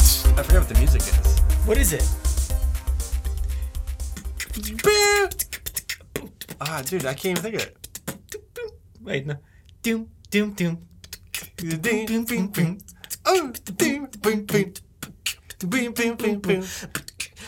what the music is. What is it? Ah, dude, I can't even think of it. Wait, no. Doom, doom, doom.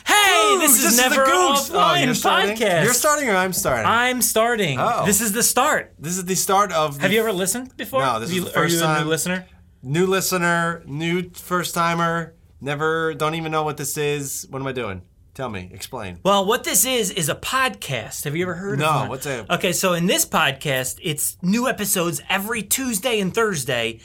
Hey, Ooh, this is the never Googs. Oh, offline you're starting? podcast. You're starting or I'm starting? I'm starting. Oh. This is the start. this is the start of the Have you ever listened before? No, this is You- the first Are you a time. new listener? new listener, new first timer, never, don't even know what this is. What am I doing? Tell me, explain. Well, what this is is a podcast. Have you ever heard No, of one? what's that? Okay, so in this podcast, it's new episodes every Tuesday and Thursday.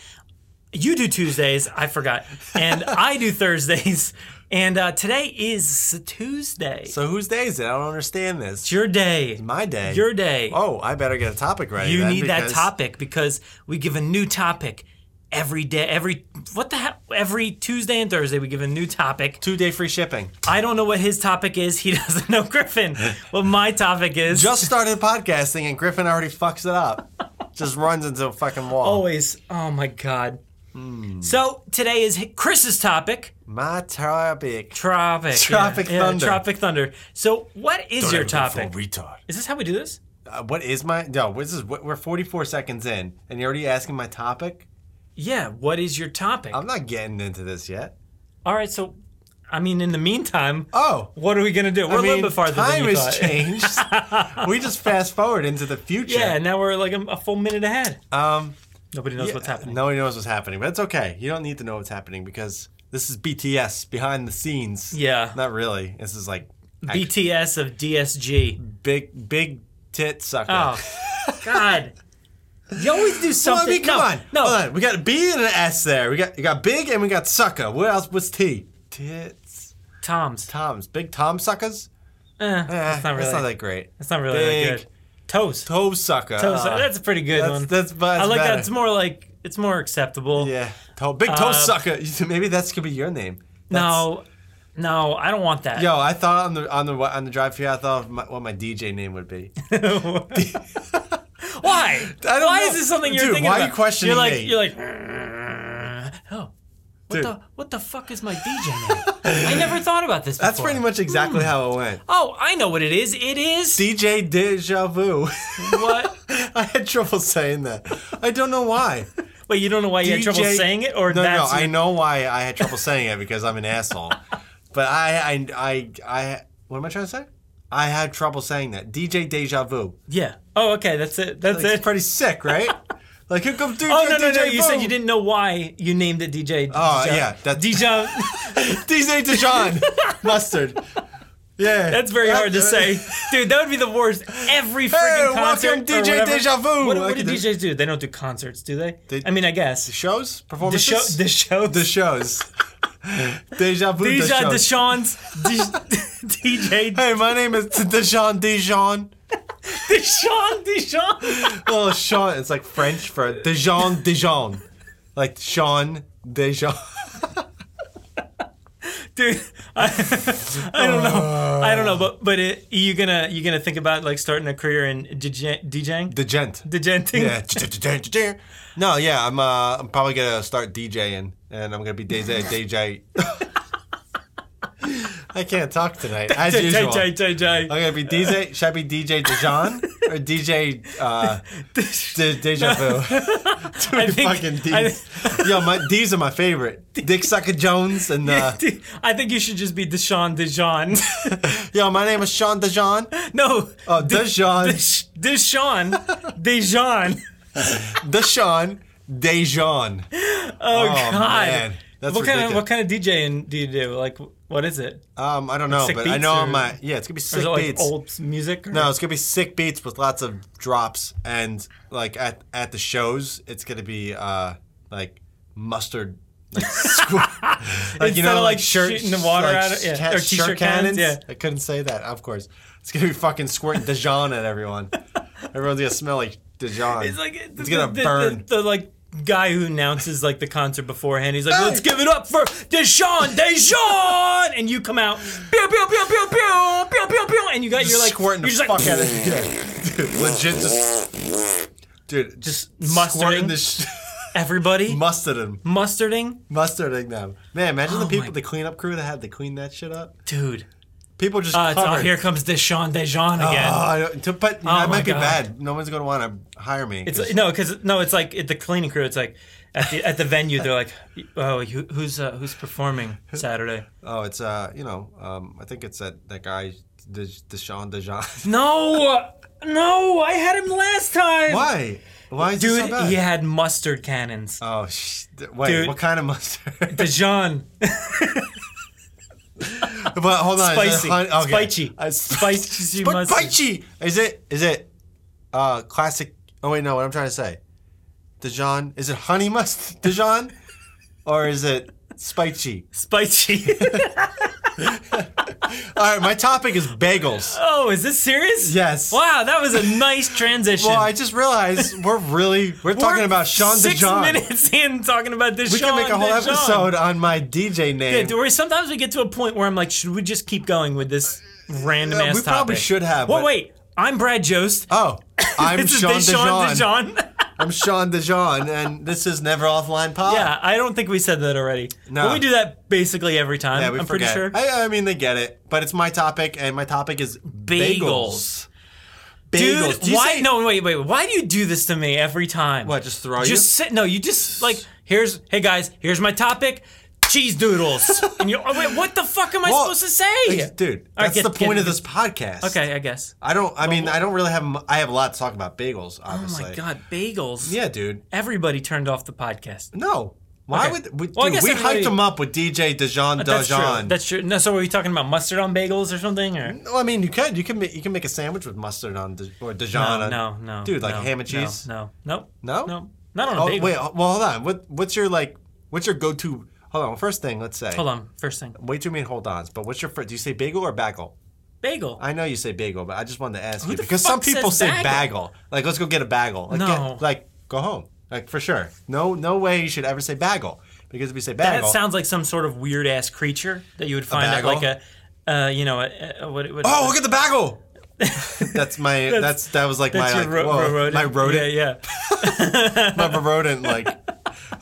You do Tuesdays, I forgot, and I do Thursdays. And uh, today is Tuesday. So whose day is it? I don't understand this. it's your day. My day. Your day. Oh, I better get a topic ready. you then need that because- topic because we give a new topic every day. Every what the hell? Every Tuesday and Thursday, we give a new topic. Two day free shipping. I don't know what his topic is. He doesn't know Griffin. what my topic is. Just started podcasting and Griffin already fucks it up. Just runs into a fucking wall. Always. Oh my God. Hmm. So today is Chris's topic, My topic. Tropic. Tropic Thunder. Tropic Thunder. So what is your topic? Retard. Is this how we do this? Uh, what is my no? What is this? what- We're 44 seconds in, and you're already asking my topic. Yeah. What is your topic? I'm not getting into this yet. All right. So, I mean, in the meantime, Oh, what are we gonna do? We're I a mean, little bit farther time than you has thought. changed. we just fast forward into the future. Yeah, now we're like a, a full minute ahead. Um, Nobody knows what's happening. Nobody knows what's happening, but it's okay. You don't need to know what's happening because this is BTS behind the scenes. Yeah. Not really. This is like act- BTS of DSG. big, big tit sucker. Oh, God. You always do Well, I something. mean, come no, on. No. Hold on. We got a B and an S there. We got you got big and we got sucker. What else? What's T? Tits. Tom's. Toms. Big Tom suckers. Eh, that's not really. That's not that great. that's not really big. that good. Toast. Toe sucker. Toast. Uh, that's a pretty good that's, one. that's, but I like better. that. It's more like it's more acceptable. Yeah. Toe, big toe sucker. Maybe that's could be your name. No, That's- no, I don't want that. Yo, I thought on the on the on the drive here, I thought of my, what my DJ name would be. Why? I don't why know. is this something you're Dude, thinking why are you about? questioning You're like, me? you're like, oh, what Dude. the what the fuck is my DJ name? I never thought about this. Before. That's pretty much exactly how it went. Oh, I know what it is. It is DJ Deja Vu. what? I had trouble saying that. I don't know why. Wait, you don't know why you had trouble DJ saying it, or no, that's no. I know why I had trouble saying it because I'm an asshole. But I, I, I, I. What am I trying to say? I had trouble saying that. DJ Deja Vu. yeah. Oh, okay, that's it. That's Like, it. it's pretty sick, right? like here comes DJ. Oh no no DJ no! You Vu. said you didn't know why you named it DJ. Oh, Dijon. yeah, that's- Dijon. DJ Dijon mustard. Yeah, That's very hard to say, dude. That would be the worst. Every freaking welcome, concert. or DJ whatever- Deja Vu. What, I what do could do- DJs do? They don't do concerts, do they? They- I mean, I guess Shows the performances. show, the show, The shows. Deja vu. Deja the Deshawn's shows. DJ Hey, my name is Dijon Dijon. Deshawn Deshawn. Oh, Sean. It's like French for Dijon Dijon. Like Sean Dijon. dude I, I don't know i don't know but but it, you gonna you gonna think about like starting a career in DJ, djing The gent. djenting Yeah. D-d-d-d-d-d-d. No, yeah, I'm uh, I'm probably gonna start DJing and I'm gonna be DJ DJ. I can't talk tonight, as J- usual. J- I'm J- J- J. gonna be DJ. Should I be DJ Dijon or DJ uh, De- Deja Vu? Too many think- fucking I D's. Yo, my D's are my favorite. Dick Sucker Jones and uh, I think you should just be Deshawn Deshawn. yo, my name is Sean Dijon. no, Oh, Dijon, Desh- Deshawn Deshawn. Dijon, Dijon. Oh, Oh, God. man. That's what kind of ridiculous. what kind of DJing do you do? Like, what is it? Um, I don't know, Sick but I beats know or- I'm my yeah. It's gonna be Or is sick it like beats. old music? Or? No, it's gonna be sick beats with lots of drops and like at at the shows, it's gonna be uh like mustard. Like, squ- like Instead of, like, shooting the water out of- yeah, or shirt t-shirt cannons, yeah. I couldn't say that. Of course, it's gonna be fucking squirting Dijon at everyone. Everyone's gonna smell like Dijon. It's like it's gonna burn. The, like guy who announces like the concert beforehand. He's like, Hey! "Let's give it up for Deshaun, Deshaun!" And you come out, pew pew pew pew pew pew pew pew, and you got your like squirting you're the just like, fuck out of it. Dude, legit just. Dude, just mustering. squirting the sh- everybody Mustard them. mustarding. Mustarding them. Man, imagine the Oh my- people, the cleanup crew that had to clean that shit up. Dude. People just Uh, it's, oh, covered. here comes Deshaun Dejan again. Oh, I don't- to- but that my might be God. bad. No one's going to want to hire me. It's no, because no, it's like at the cleaning crew. It's like at the at the venue. They're like, oh, who, who's uh, who's performing Saturday? oh, it's uh, you know, um, I think it's that that guy, De- Deshaun Dejan. No, no, I had him last time. Why? Why is it Dude, so bad? he had mustard cannons. Oh, sh- d- wait. Dude. What kind of mustard? Dijon, but hold on. is it Spicy. hun- Spicy. Uh, Spicy sp- mustard. Spicy. Is it? Is it? Uh, classic. Oh wait, no. What I'm trying to say, Dijon. Is it honey mustard Dijon, or is it spicy? spicy. All right, my topic is bagels. oh, is this serious? Yes. Wow, that was a nice transition. Well, I just realized we're really we're talking We're about Sean six Dijon. minutes in talking about Dijon. We can make a whole Dijon. episode on my DJ Yeah, name. do we- sometimes we get to a point where I'm like, should we just keep going with this random Uh, ass we probably should have, Well, but- wait. I'm Brad Jost. oh, I'm this Sean is Deshaun Dijon. Dijon. I'm Sean Dijon, and this is Never Offline Pod. yeah, I don't think we said that already. No. But we do that basically every time. Yeah, we I'm forget. pretty sure. I, I mean, they get it, but it's my topic, and my topic is bagels. Bagels. Bagels. Dude, Do you why? say- no, wait, wait. Why do you do this to me every time? What, just throw you? Just sit. No, you just like here's. Hey guys, here's my topic. Cheese doodles. and you. Oh, wait, what the fuck am I Well, supposed to say? like, dude, All right, that's get- the get- point of this podcast. Okay, I guess. I don't. I mean, I don't really have. m- I have a lot to talk about bagels, Oh obviously. my god, bagels. Yeah, dude. Everybody turned off the podcast. No. Why Okay. would we, Well, I dude, guess we everybody- hyped him up with DJ Dijon That's true. Dijon? That's true. No, so were you talking about mustard on bagels or something? Or No, I mean you could you can make, you can make a sandwich with mustard on Di- or Dijon. no, on- Oh, no, no, dude, like no, ham and cheese. No, no, No? nope, no, not on a Oh bagel. wait, well hold on. What what's your like? What's your go-to? Hold on. First thing, let's say. Hold on. First thing, Way too many hold ons. But what's your first? Do you say bagel or bagel? bagel. I know you say bagel, but I just wanted to ask you the because some fuck says people say bagel. bagel? Like let's go get a bagel. Like, No. get- like go home. Like for sure. No no way you should ever say bagel because if you say that bagel, sounds like some sort of weird ass creature that you would find at bagel? like a, uh, you know, a, a, what, what? oh look at the bagel. that's my that's, that was like that's my your like ro- whoa, ro- rodent. my rodent Yeah, yeah. my rodent like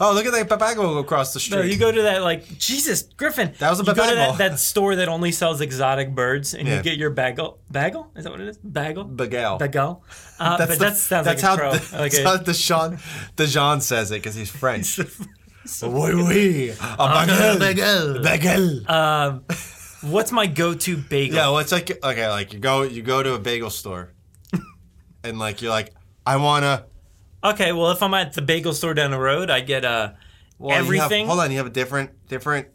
oh look at that bagel across the street. No, you go to that like Jesus Griffin. That was a you go to bagel. that, that store that only sells exotic birds, and Yeah. you get your bagel. Bagel is that what it is? Bagel. Bagel. Bagel. Uh, but the- that sounds like a how crow. the- like that's a- how Deshaun Dejan says it because he's French. Oui, oui, Ah, a bagel, bagel. um, What's my go-to bagel? yeah, well, it's like okay, like you go you go to a bagel store, and like you're like, I wanna Okay, well, if I'm at the bagel store down the road, I get uh, well, you have- everything. hold on, you have a different different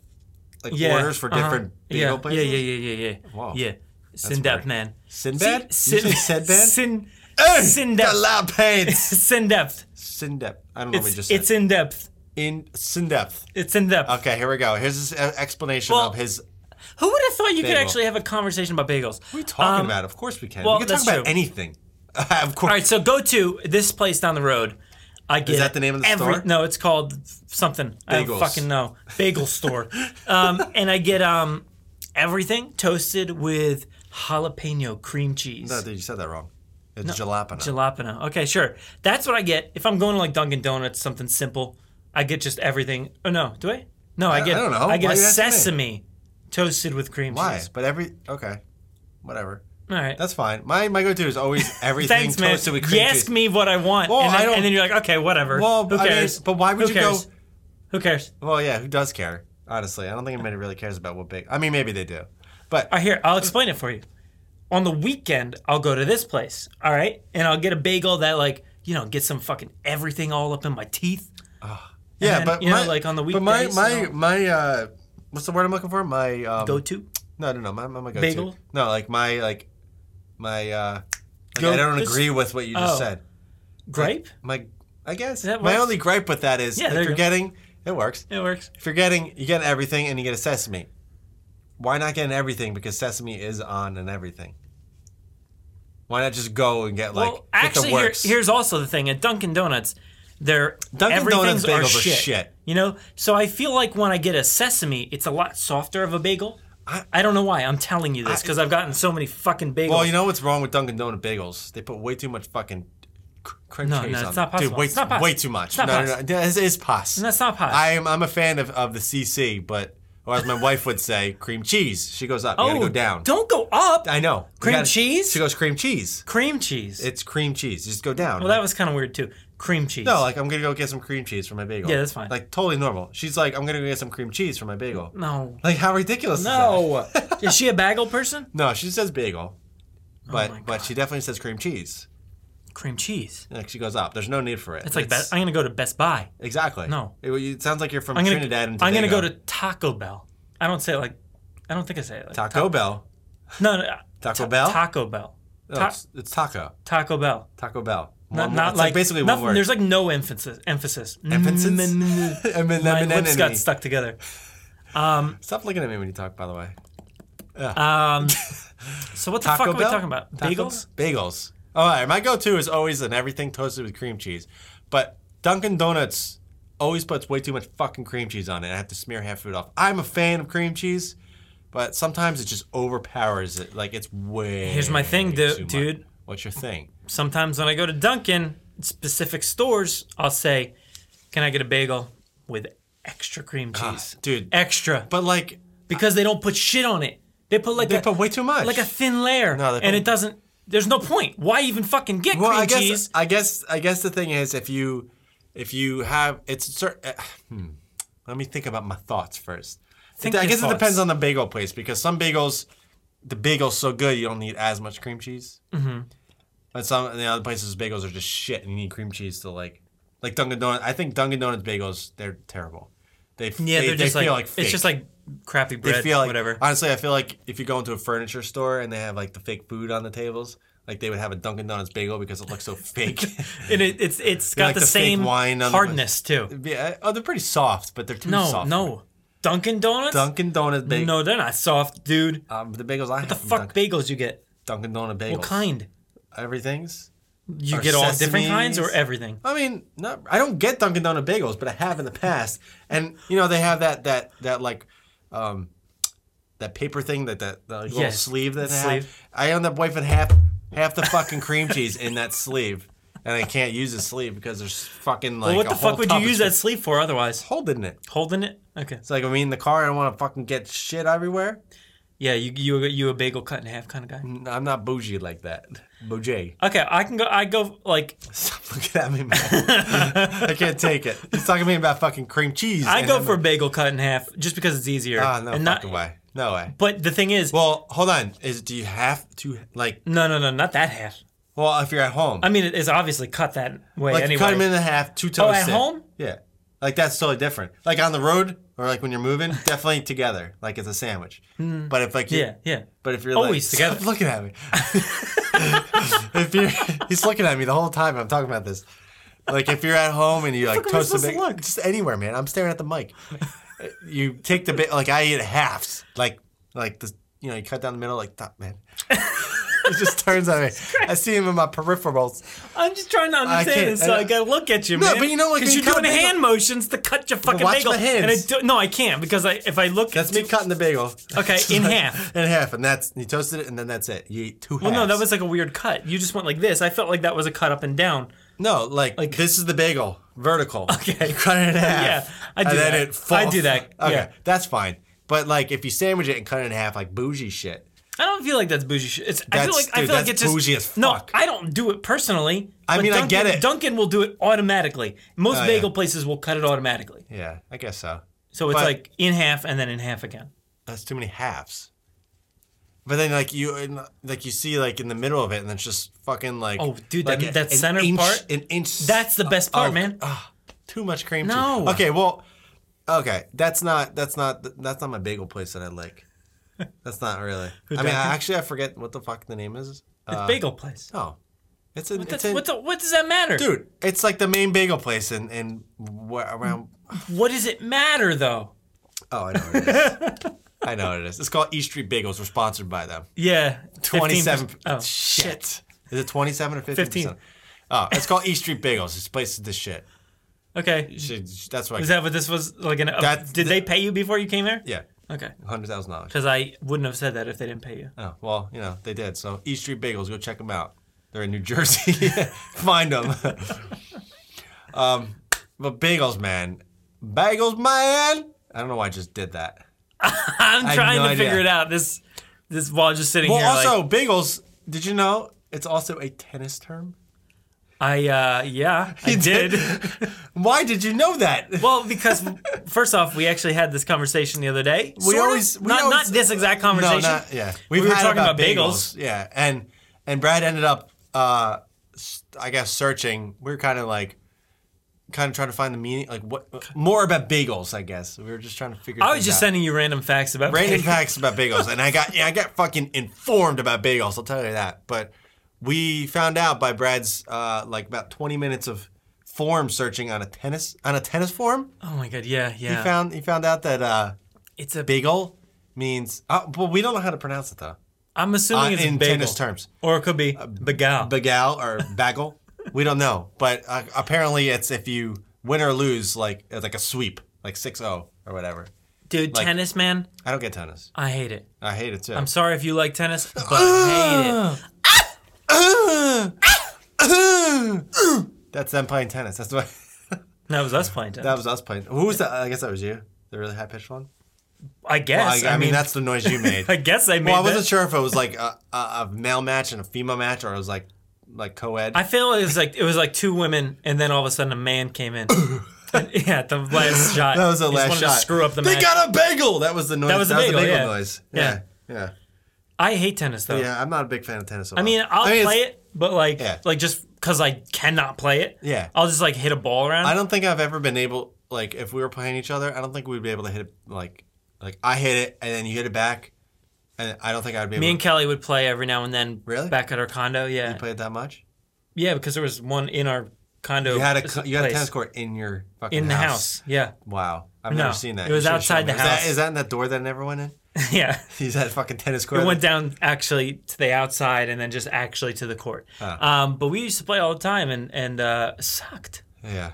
like yeah, orders for uh-huh. different bagel yeah, places. Yeah, yeah, yeah, yeah, yeah. Wow. Yeah. weird. Sindep, man. Sindbad? Sin- You say Sindbad? Sin. Hey, Sindep. Galap pants. Sindep. Sindep. I don't know what we It's, just said. it's in depth. in Sindep. It's in depth. Okay, here we go. Here's his uh, explanation Well, of his. Who would have thought you Bagel. could actually have a conversation about bagels? What are you talking about? Of course we can. Um, well, we can talk that's about true. anything. of course. All right, so go to this place down the road. I get that the name of the every- store? No, it's called something. I Bagels. don't fucking know. Bagel store. Um, and I get um, everything toasted with jalapeno cream cheese. No, dude, you said that wrong. It's jalapeno. Jalapeno. Okay, sure. That's what I get. If I'm going to like Dunkin' Donuts, something simple, I get just everything. Oh no, do I? No, I, get I don't know. I get Why a you asking me? sesame toasted with cream Why? cheese. But every okay, whatever. All right. That's fine. My my go-to is always everything Thanks, man. toasted with cream you cheese. ask me what I want, Well, and, then, I don't- and then you're like, okay, whatever. Well, who I mean, cares? but why would Who you cares? go- Who cares? Well, yeah. Who does care? Honestly, I don't think anybody really cares about what big. I mean, maybe they do, but All right, here, I'll explain it for you. On the weekend, I'll go to this place, all right? And I'll get a bagel that, like, you know, gets some fucking everything all up in my teeth. yeah. then, but you know, my, like, on the But my weekdays, my you know. my uh, what's the word I'm looking for? My um, Go to. No, no, no. My my, my go-to. Bagel? No, like my like my. uh like, Go- I don't this- agree with what you just Oh. said. Gripe? My I guess That my works. only gripe with that is Yeah, if there you you're go. getting it works. It works. If you're getting, you get everything and you get a sesame. Why not get an everything? Because sesame is on and everything. Why not just go and get like well, get the actually, here, works? here's also the thing at Dunkin' Donuts, their Dunkin' everything's Donuts bagels are are shit, shit. You know, so I feel like when I get a sesame, it's a lot softer of a bagel. I- I, don't know why. I'm telling you this because I've gotten so many fucking bagels. well, you know what's wrong with Dunkin' Donut bagels? They put way too much fucking cr- cream No, cheese no, on it's it. not Dude, possible. way, It's not pos- way too much. It's not no, no, no, pos- no, It is pos. That's not pos. I'm, I'm a fan of, of the CC, but, or as my wife would say, cream cheese. She goes up. You gotta go down. Oh, Don't go up. I know. You Cream gotta- cheese? She goes, cream cheese. cream cheese. It's cream cheese. Just go down. well, that was kind of weird too. Cream cheese. no, like I'm gonna go get some cream cheese for my bagel. Yeah, that's fine. Like totally normal. She's like, I'm gonna go get some cream cheese for my bagel. no, Like how ridiculous is that? no. Is she a bagel person? No, she says bagel. But Oh my but she definitely says cream cheese. Cream cheese. Like she goes up. There's no need for it. It's like Be- I'm gonna go to Best Buy. Exactly. No. It, it sounds like you're from I'm gonna Trinidad and I'm gonna go Tobago. to Taco Bell. I don't say it like. I don't think I say it. Like, Taco Bell. no, no. Taco Ta- Bell? Taco Bell. No, Ta- it's, it's taco. Taco Bell. Taco Bell. Not, One- not it's like, basically nothing, one word. There's like no emphasis. Emphasis. Emphasis? Mm, and then, My and then, lips and got then- stuck together. Stop looking at me when you talk, by the way. Um, so what the Taco fuck are we Bell? talking about? Taco Bagels? Bell? Bagels. All right, my go-to is always an everything toasted with cream cheese, but Dunkin' Donuts always puts way too much fucking cream cheese on it. I have to smear half of it off. I'm a fan of cream cheese, but sometimes it just overpowers it. Like it's way. Here's my thing, du- too much. dude. What's your thing? Sometimes when I go to Dunkin' specific stores, I'll say, "Can I get a bagel with extra cream cheese?" dude. Extra, But like because they don't put shit on it. They put like they a, put way too much. like a thin layer, No, they and put- it doesn't. There's no point. Why even fucking get well, cream I guess cheese? I guess I guess the thing is if you if you have it's certain. Uh, hmm. Let me think about my thoughts first. Think It- I your guess it thoughts. depends on the bagel place because some bagels, the bagel's so good you don't need as much cream cheese. Mm-hmm. But some and the other places bagels are just shit and you need cream cheese to like like Dunkin' Donuts. I think Dunkin' Donuts bagels they're terrible. They f- Yeah, they, they're they just feel like, like fake. it's just like crappy bread, They feel like whatever. Honestly, I feel like if you go into a furniture store and they have like the fake food on the tables, like they would have a Dunkin' Donuts bagel because it looks so fake. and it, it's it's got like the, the fake same wine on the- hardness too. yeah, oh, they're pretty soft, but they're too No, soft. no, Dunkin' Donuts. Dunkin' Donuts bagel. no, they're not soft, dude. Um, the bagels I have. The from fuck Dunkin', bagels you get? Dunkin' Donut bagels. What kind? Everything's. You Or get all different sesames. kinds or everything? I mean, not, I don't get Dunkin' Donut bagels, but I have in the past, and you know they have that that that like, um, that paper thing that that, that like, little Yes, sleeve that they sleeve. have. I end up wiping half half the fucking cream cheese in that sleeve, and I can't use the sleeve because there's fucking like. Well, what a the whole fuck would you tub use of that sleeve for otherwise? Hold in it. Holding it? Okay. It's like I mean, in the car, I don't want to fucking get shit everywhere. Yeah, you you you a bagel cut in half kind of guy. I'm not bougie like that. Bougie. Okay, I can go. I go like Stop looking at me, man. I can't take it. He's talking to me about fucking cream cheese. I and go I'm- for a bagel cut in half just because it's easier. Ah, no and fucking not- way. No way. But the thing is, Well, hold on. Is do you have to like? no, no, no, not that half. Well, if you're at home, I mean, it is obviously cut that way like anyway. you cut them in half, two toes. Oh, at in. home? Yeah, like that's totally different. Like on the road or like when you're moving, definitely together, like it's a sandwich. But if like you, Mm. yeah, yeah. But if you're Always like, Oh, together. Stop looking at me. if you're, he's looking at me the whole time I'm talking about this. Like if you're at home and you like fuck am I toast a supposed big, to look? just anywhere, man. I'm staring at the mic. You take the bit, like I eat halves, like like the you know you cut down the middle, like stop, man. it just turns on me. I see him in my peripherals. I'm just trying to understand can't- this, so I- I gotta look at you, No, man. but you know, like, because when you're you cut doing a bagel- hand motions to cut your fucking watch bagel. my hands. And I do, no, I can't because I if I look, That's me cutting the bagel. Okay, in half. In half, and that's you toasted it, and then that's it. You eat two halves. Well, no, that was like a weird cut. You just went like this. I felt like that was a cut up and down. no like, this is the bagel vertical. Okay. you cut it in half. Yeah, I do and that. then it falls. I do that. Okay, Yeah. that's fine. But like, if you sandwich it and cut it in half, like bougie shit. I don't feel like that's bougie shit. It's, I feel That's- like I dude, feel like that's it's just bougie as no. fuck. I don't do it personally. I but mean, I Dunkin', get it. Oh, Dunkin' will do it automatically. Most yeah. bagel places will cut it automatically. Yeah, I guess so. So it's But- like in half and then in half again. That's too many halves. But then, like you, and, like you see, like in the middle of it, and it's just fucking like Oh, dude, like that- that an center inch- part? an inch. That's the best part, of- man. ah, too much cream No. cheese. Okay, well, okay, that's not that's not that's not my bagel place that I like. That's not really. I mean, Dunkin'? I, actually, I forget what the fuck the name is. It's Uh, bagel place. Oh, it's in. That's, it's in, what, the, what does that matter, dude. It's like the main bagel place in in where, around. What does it matter though? Oh, I know what it is. I know what it is. It's called East Street Bagels. We're sponsored by them. Yeah, 15%. Twenty-seven. Oh, shit. Is it twenty-seven or fifteen? 15. percent Oh, it's called East Street Bagels. This place is the shit. Oh, okay. Should- That's why. I Is that what this was like? An, That's did the- they pay you before you came here? yeah, Okay. hundred thousand dollars. Because I wouldn't have said that if they didn't pay you. Oh well, you know they did. So East Street Bagels, go check them out. They're in New Jersey. Find them. um, but bagels, man. Bagels, man. I don't know why I just did that. I'm have trying no to idea. figure it out. This this while just sitting Well, here. like- also bagels. Did you know it's also a tennis term? I uh yeah, I did? did. Why did you know that? well, because first off, we actually had this conversation the other day. we Sort of. always we not not always, this exact conversation. No, not, yeah. We were had talking about bagels. Yeah, and and Brad ended up, uh, s- I guess, searching. We were kind of like, kind of trying to find the meaning, like what more about bagels. I guess we were just trying to figure. I was things just out. sending you random facts about random bagels. facts about bagels, and I got yeah, I got fucking informed about bagels. I'll tell you that. But we found out by Brad's uh, like about twenty minutes of forum searching on a tennis on a tennis forum. Oh my god, yeah, yeah. He found he found out that uh, it's a bagel means. Uh, well, we don't know how to pronounce it though. I'm assuming uh, it's in bagel. tennis terms. Uh, Or it could be bagal. Bagal or bagel. we don't know, but uh, apparently it's if you win or lose, like it's like a sweep, like 6-0 or whatever. Dude, like- tennis man, I don't get tennis. I hate it. I hate it too. I'm sorry if you like tennis, but I hate it. That's them playing tennis. That's what That was us playing tennis. that was us playing. Who was that? I guess that was you. The really high pitched one. I Well, guess. I, I mean, that's the noise you made. I guess I made well, I that. wasn't sure if it was like a, a, a male match and a female match, or it was like like co-ed. I feel it was like it was like two women, and then all of a sudden a man came in. yeah, at the last shot. That was the He just last wanted shot. To screw up the they match. got a bagel. That was the noise. That was was, the the bagel, bagel yeah. noise. Yeah. yeah, I hate tennis though. yeah, Yeah, I'm not a big fan of tennis. I mean, I'll it's- play it, but like, Yeah. like just because I cannot play it, Yeah. I'll just like hit a ball around. I don't think I've ever been able like if we were playing each other, I don't think we'd be able to hit it like like I hit it and then you hit it back, and I don't think I'd be able Me and to Kelly would play every now and then. Really? Back at our condo, yeah, play it that much. yeah, because there was one in our condo. You had a place. co- you had a tennis court in your fucking in the house. Yeah, Wow, I've No, never seen that. it was You should've shown outside me. the Is that- house. Is that in that door that I never went in? yeah. He's had a fucking tennis court. It went down actually to the outside and then just actually to the court. Oh. Um, but we used to play all the time and and uh, sucked. yeah.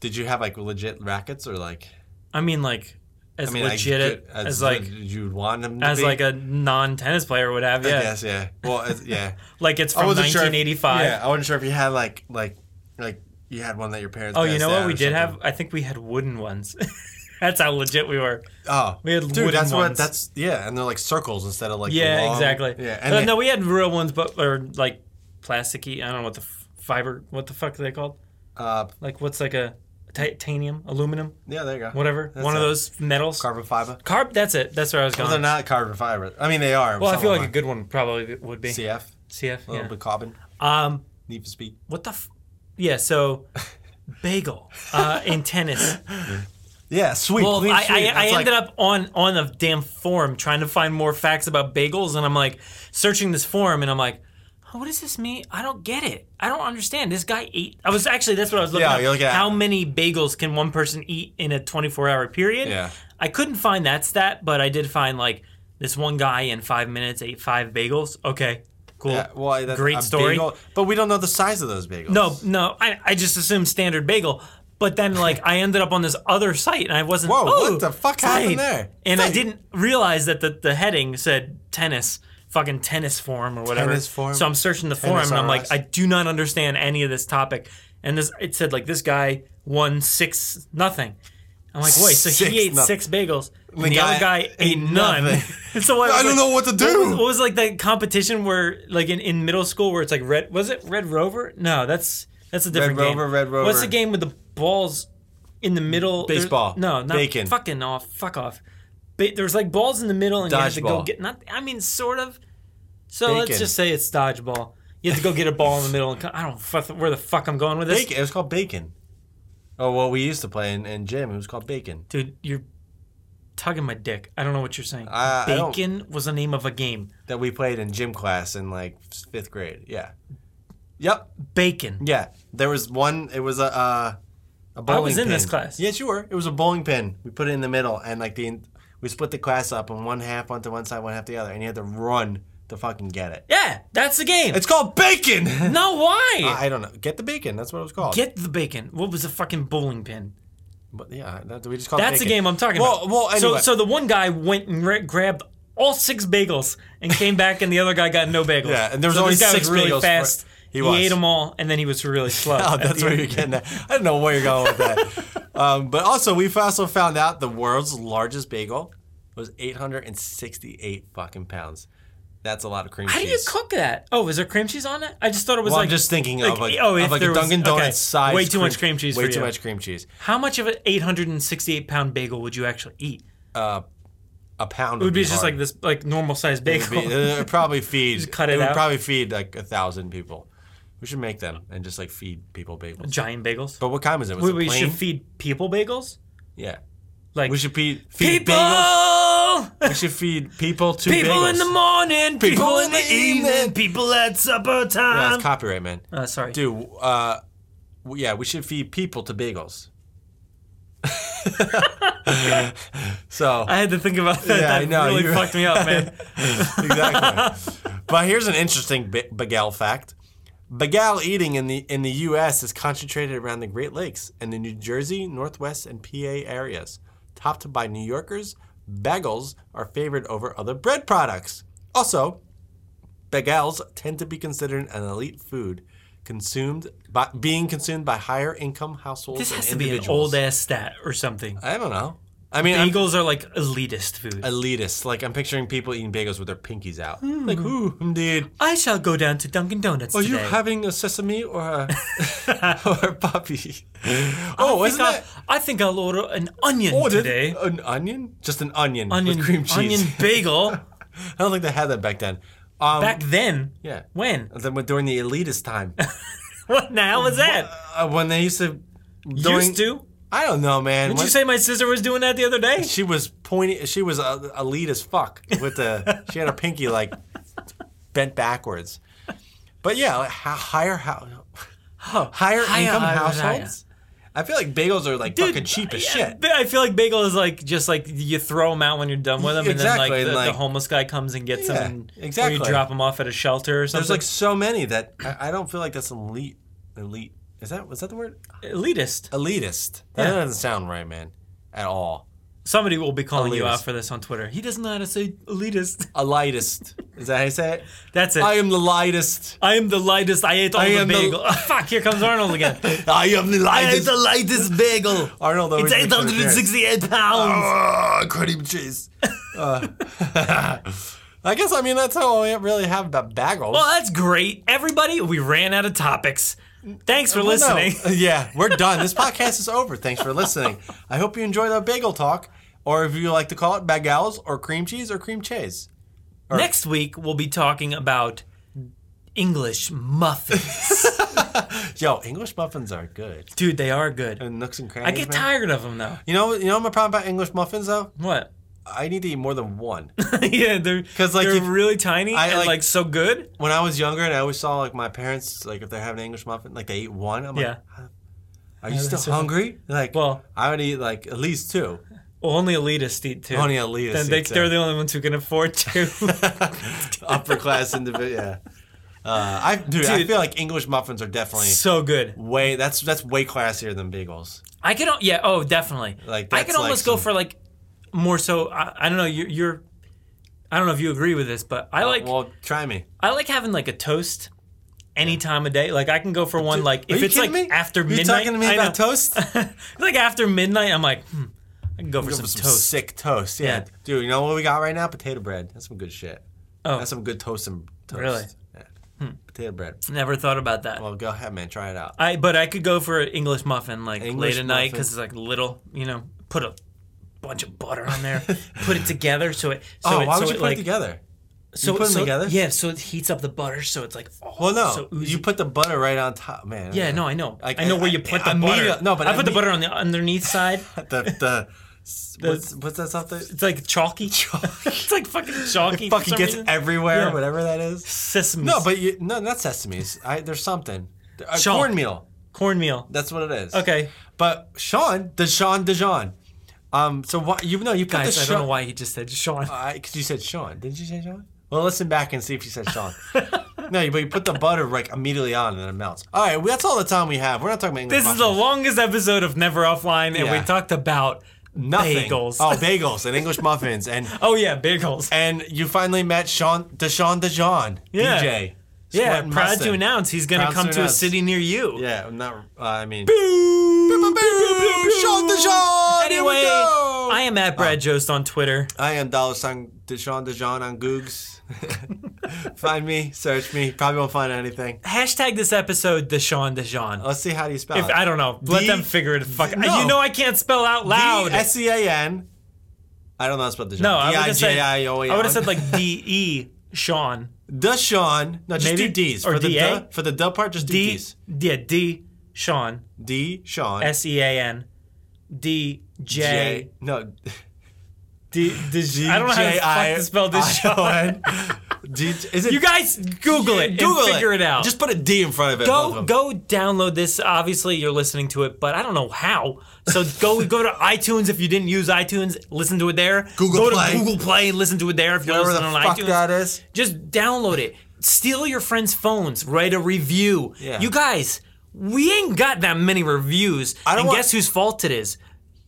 Did you have like legit rackets or like? I mean, like as I mean, legit I, it- as, like you'd want them to as be? like a non tennis player would have. I Yeah, guess, yeah. Well, it's, yeah. like it's I from wasn't sure if- 1985. yeah, I wasn't sure if you had like like like you had one that your parents. Oh, you know passed what down we or did have? something. I think we had wooden ones. that's how legit we were. Oh, We had wooden that's ones. that's yeah, and they're like circles instead of like the Yeah, long- exactly. Yeah, Uh, and no, we had real ones, but or like plasticky. I don't know what the f- fiber. What the fuck are they called? no, uh, Like what's like a titanium, aluminum, yeah, there you go. whatever. That's One of it. those metals. Carb. carbon fiber. that's it. That's where I was Well, they're going. not carbon fiber. I mean, they are. well, I feel like a somewhat. good one probably would be CF. CF, a little yeah. bit carbon. Um, Need for speed. what the? F- yeah. So, bagel uh, in tennis. Yeah, sweet. Well, clean I, sweep. I, I That's like- ended up on on a damn forum trying to find more facts about bagels, and I'm like searching this forum, and I'm like, "Oh, what does this mean? I don't get it. I don't understand. This guy ate. I was actually that's what I was looking Yeah, at. you're looking at- How many bagels can one person eat in a 24 hour period? Yeah. I couldn't find that stat, but I did find like this one guy in five minutes ate five bagels. Okay, cool. Yeah, well, that's Great a story. bagel- but we don't know the size of those bagels. No, no, I, I just assumed standard bagel. But then, like, I ended up on this other site, and I wasn't. Whoa, oh, what the fuck happened there? And I didn't realize that the, the heading said tennis, fucking tennis forum or whatever. Tennis forum? So I'm searching the forum, Tennis and I'm RS? like, I do not understand any of this topic. And this, it said like this guy won six nothing. I'm like, wait, so Six he ate nothing. six bagels, and the, guy other guy ate ate none. nothing. so I, was I don't like, know what to What was, do. what was like that competition where, like in, in middle school, where it's like red? Was it Red Rover? No, that's that's a different game. Rover, Red Rover. What's the game with the balls in the middle? There's- Baseball. No, not Bacon. Fucking off. Fuck off. Ba- there's like balls in the middle, and you have to go Dodgeball. get. Not. I mean, sort of. So let's Bacon. just say it's dodgeball. You have to go get a ball in the middle, and co- I don't fuck where the fuck I'm going with this, Bacon. It was called bacon. Oh, well, we used to play in, in gym. It was called bacon. dude. You're tugging my dick. I don't know what you're saying. I- I don't- Bacon was the name of a game. That we played in gym class in like fifth grade. Yeah. Yep. Bacon. Yeah, there was one. It was a uh, a bowling. was in pin. this class. Yes, you were. It was a bowling pin. We put it in the middle, and like the we split the class up, and one half went to one side, one half the other, and you had to run to fucking get it. Yeah, that's the game. It's called bacon. no, why? I don't know. Get the bacon. That's what it was called. Get the bacon. What was a fucking bowling pin? but yeah, that, we just called. That's bacon. the game I'm talking well, about. Well, anyway. So, so the one guy went and re- grabbed all six bagels and came back, and the other guy got no bagels. Yeah, and there was so only this guy six was really bagels for- fast He He was. ate them all, and then he was really slow. Oh, at that's the where end. you're getting at. I don't know where you're going with that. um, but also, we've also found out the world's largest bagel was 868 fucking pounds. That's a lot of cream How cheese. do you cook that? Oh, is there cream cheese on it? I just thought it was Well, like. I'm just thinking of like, like, oh, if of like there a was- Dunkin' okay. Donuts size. Way too much cream cheese Way for too you. much cream cheese. How much of an 868 pound bagel would you actually eat? A pound It would be just hard. like this, like normal sized bagel. It'd be- uh, it'd probably feed. cut it it would out. probably feed like a thousand people. We should make them and just like feed people bagels. Giant bagels. But what kind is it? Was we it we plain? should feed people bagels. yeah. Like We should feed, feed people, bagels. We should feed people two people bagels. in the morning, people, in the evening, evening. people at supper Yeah, time. that's copyright, man. uh, sorry, Dude, uh, w- yeah, we should feed people to bagels. so I had to think about that. Yeah, I that know, really you- fucked me up, man. exactly. but here's an interesting ba- bagel fact: bagel eating in the in the U.S. is concentrated around the Great Lakes and the New Jersey, Northwest, and PA areas. Topped by New Yorkers, bagels are favored over other bread products. Also, bagels tend to be considered an elite food. Consumed by being consumed by higher income households. this and has to be an individuals. old ass stat or something. I don't know. I mean, I'm Bagels are like elitist food. elitist. Like I'm picturing people eating bagels with their pinkies out. Hmm. Like, ooh, indeed. I shall go down to Dunkin' Donuts Are today. you having a sesame or a, or a puppy? Oh, I isn't think, I'll, that I think I'll order an onion oh, did- today. An onion? Just an onion, Onion with cream cheese. Onion bagel. I don't think they had that back then. Um, Back then. yeah. When? Then when- during the elitist time, What the hell was that? uh, when they used to, during, Used to? I don't know, man. Did When- you say my sister was doing that the other day? she was pointing. She was uh, elite as fuck with the. she had her pinky like bent backwards. But yeah, like, ho- higher house, higher higher, income higher, households. I feel like bagels are like Dude, fucking cheap as yeah, shit. but I feel like bagel is like just like you throw them out when you're done with them, Exactly, and then like and, the, the like- homeless guy comes and gets Yeah, them, and- exactly. or you drop them off at a shelter or There's something. like so many that I, I don't feel like that's an elite. Elite is that was that the word? elitist. Elitist. That doesn't sound right, man, at all. Somebody will be calling you Elitist. out for this on Twitter. He doesn't know how to say elitist. Elitist. is that how you say it? That's it. I I, am the lightest. am the lightest. I ate all I the am the- bagel. Fuck! Here comes Arnold again. I am the lightest. lightest bagel. Arnold always makes an appearance. pounds. Oh, cream cheese. Uh, I guess I mean that's all we really have about bagels. Well, that's great. Everybody, we ran out of topics. Thanks for Uh, Well, no. listening. Yeah, we're done. This podcast is over. Thanks for listening. I hope you enjoyed our bagel talk, or if you like to call it bagels, or cream cheese, or cream cheese. Next week, we'll be talking about English muffins. Yo, English muffins are good. Dude, they are good. And nooks and crannies. I get man. tired of them, though. You know, you know my problem about English muffins though. What? I need to eat more than one. yeah, they're, 'Cause, like, they're if- really tiny I, and, like- like, so good. When I was younger, and I always saw like my parents like if they're having an English muffin, like they eat one. I'm Yeah. like, are you still that's so- hungry? Like, Well- I would eat like at least two. Well, only elitists eat two. Only elitists Then they, eat two. They're the only ones who can afford two. upper class individual. Yeah. Uh, I dude, I Dude. feel like English muffins are definitely so good. way. That's that's way classier than bagels. I can, al- yeah, oh, definitely. Like, I that's can like almost go some- for like more so. I, I don't know. You're, you're, I don't know if you agree with this, but I like, Uh, well, try me. I like having like a toast any time of day. Like I can go for one like Are if you it's like kidding me? after midnight. You talking to me I about know. toast? Go like after midnight, I'm like, hmm, I can go for for some, some toast. sick toast. Yeah. Yeah. dude. You know what we got right now? Potato bread. That's some good shit. Oh. that's some good toast and toast. Really? Hmm. Yeah. Potato bread. Never thought about that. Well, go ahead, man. Try it out. I but I could go for an English muffin like English late at night muffin. because it's like little, you know, put a bunch of butter on there, put it together so it. So oh, it, why so would you it, put like, it together? So, put them so- together? Yeah, so it heats up the butter, so it's like oh, Well, no. so oozy. you put the butter right on top, man. yeah, no, I know, Like, I know I- where you I- put I the mean- butter. no, but I I put the mean- butter on the underneath side. The the. What's, what's that something? It's like chalky. it's like fucking chalky. for fucking some gets reason. everywhere, Yeah. whatever that is. Sesame. No, but you, no, not sesames. I, there's something. Uh, Sean. cornmeal. cornmeal. That's what it is. Okay, But Sean, Deshaun, Dijon. Um, so why you know you put guys, the I Sean, don't know why he just said Sean. because you said Sean, didn't you say Sean? Well, listen back and see if you said Sean. no, but you put the butter like immediately on and it melts. All right, well, that's all the time we have. We're not talking about English This is the muffins. longest episode of Never Offline, and we Yeah. talked about nothing. bagels. Oh, bagels and English muffins and Oh yeah, bagels. and you finally met Sean, Deshaun, Dijon, Yeah. DJ. Yeah, Sweating proud Mustang. to announce he's going Proud to to come to a announce. city near you. Yeah, I'm not. Uh, I mean. Boo, Sean Deshaun. here we Anyway, go. I am at Brad Jost on Twitter. I am dollar sign Deshaun Deshaun on Googs. find me, search me. Probably won't find anything. Hashtag this episode Deshaun Deshaun. Let's see how do you spell If, it. I don't know. Let D- them figure it. Fuck. no. You know I can't spell out loud. S E A N. I don't know how to spell Deshaun. no, I would have said. I D-I-J-I-O-N. would have said like D E Sean. Deshaun. No, just Maybe? do D's Or for the D-A? duh- for the duh part. Just do D. D's. Yeah, D Sean. D Sean. S E A N. D J. J. No. D. D- I don't know how the fuck to spell this show. D- is it You guys Google it. Google and figure it, out. Just put a D in front of it. both of go go them. download this. Obviously, you're listening to it, but I don't know how. So go go to iTunes if you didn't use iTunes. Listen to it there. go Google Play. to Google Play and listen to it there if you're Whatever the listening on fuck iTunes. that is. Just download it. Steal your friends' phones. Write a review. Yeah. You guys, we ain't got that many reviews. don't and want- guess whose fault it is?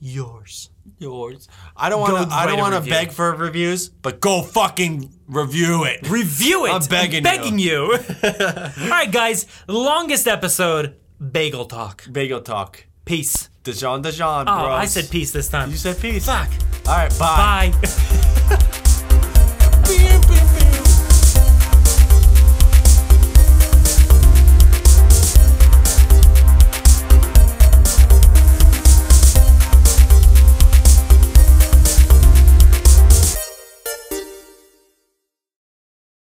Yours. yours. I don't want Go to. I write don't a want to review. beg for reviews, but go fucking review it. Review it. I'm begging you. All right, guys. Longest episode. Bagel talk. Bagel talk. Peace. Dijon, Dijon, Oh, bros. I said peace this time. You said peace. Fuck. All right. Bye. Bye.